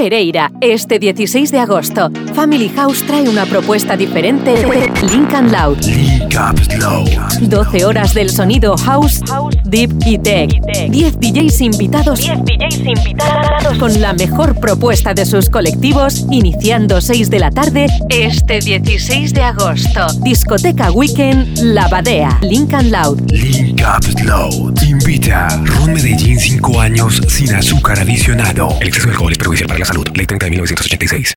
Pereira. Este 16 de agosto, Family House trae una propuesta diferente de Lincoln Loud. Loud. 12 horas del sonido house, deep y tech. 10 DJs invitados. 10 DJs invitados. Con la mejor propuesta de sus colectivos, iniciando 6 de la tarde, este 16 de agosto. Discoteca Weekend La Badea, Lincoln Loud. Link Up Loud. Invita Ron Medellín 5 años sin azúcar adicionado. El exceso de alcohol es perjudicial para la salud. Ley 30 de 1986.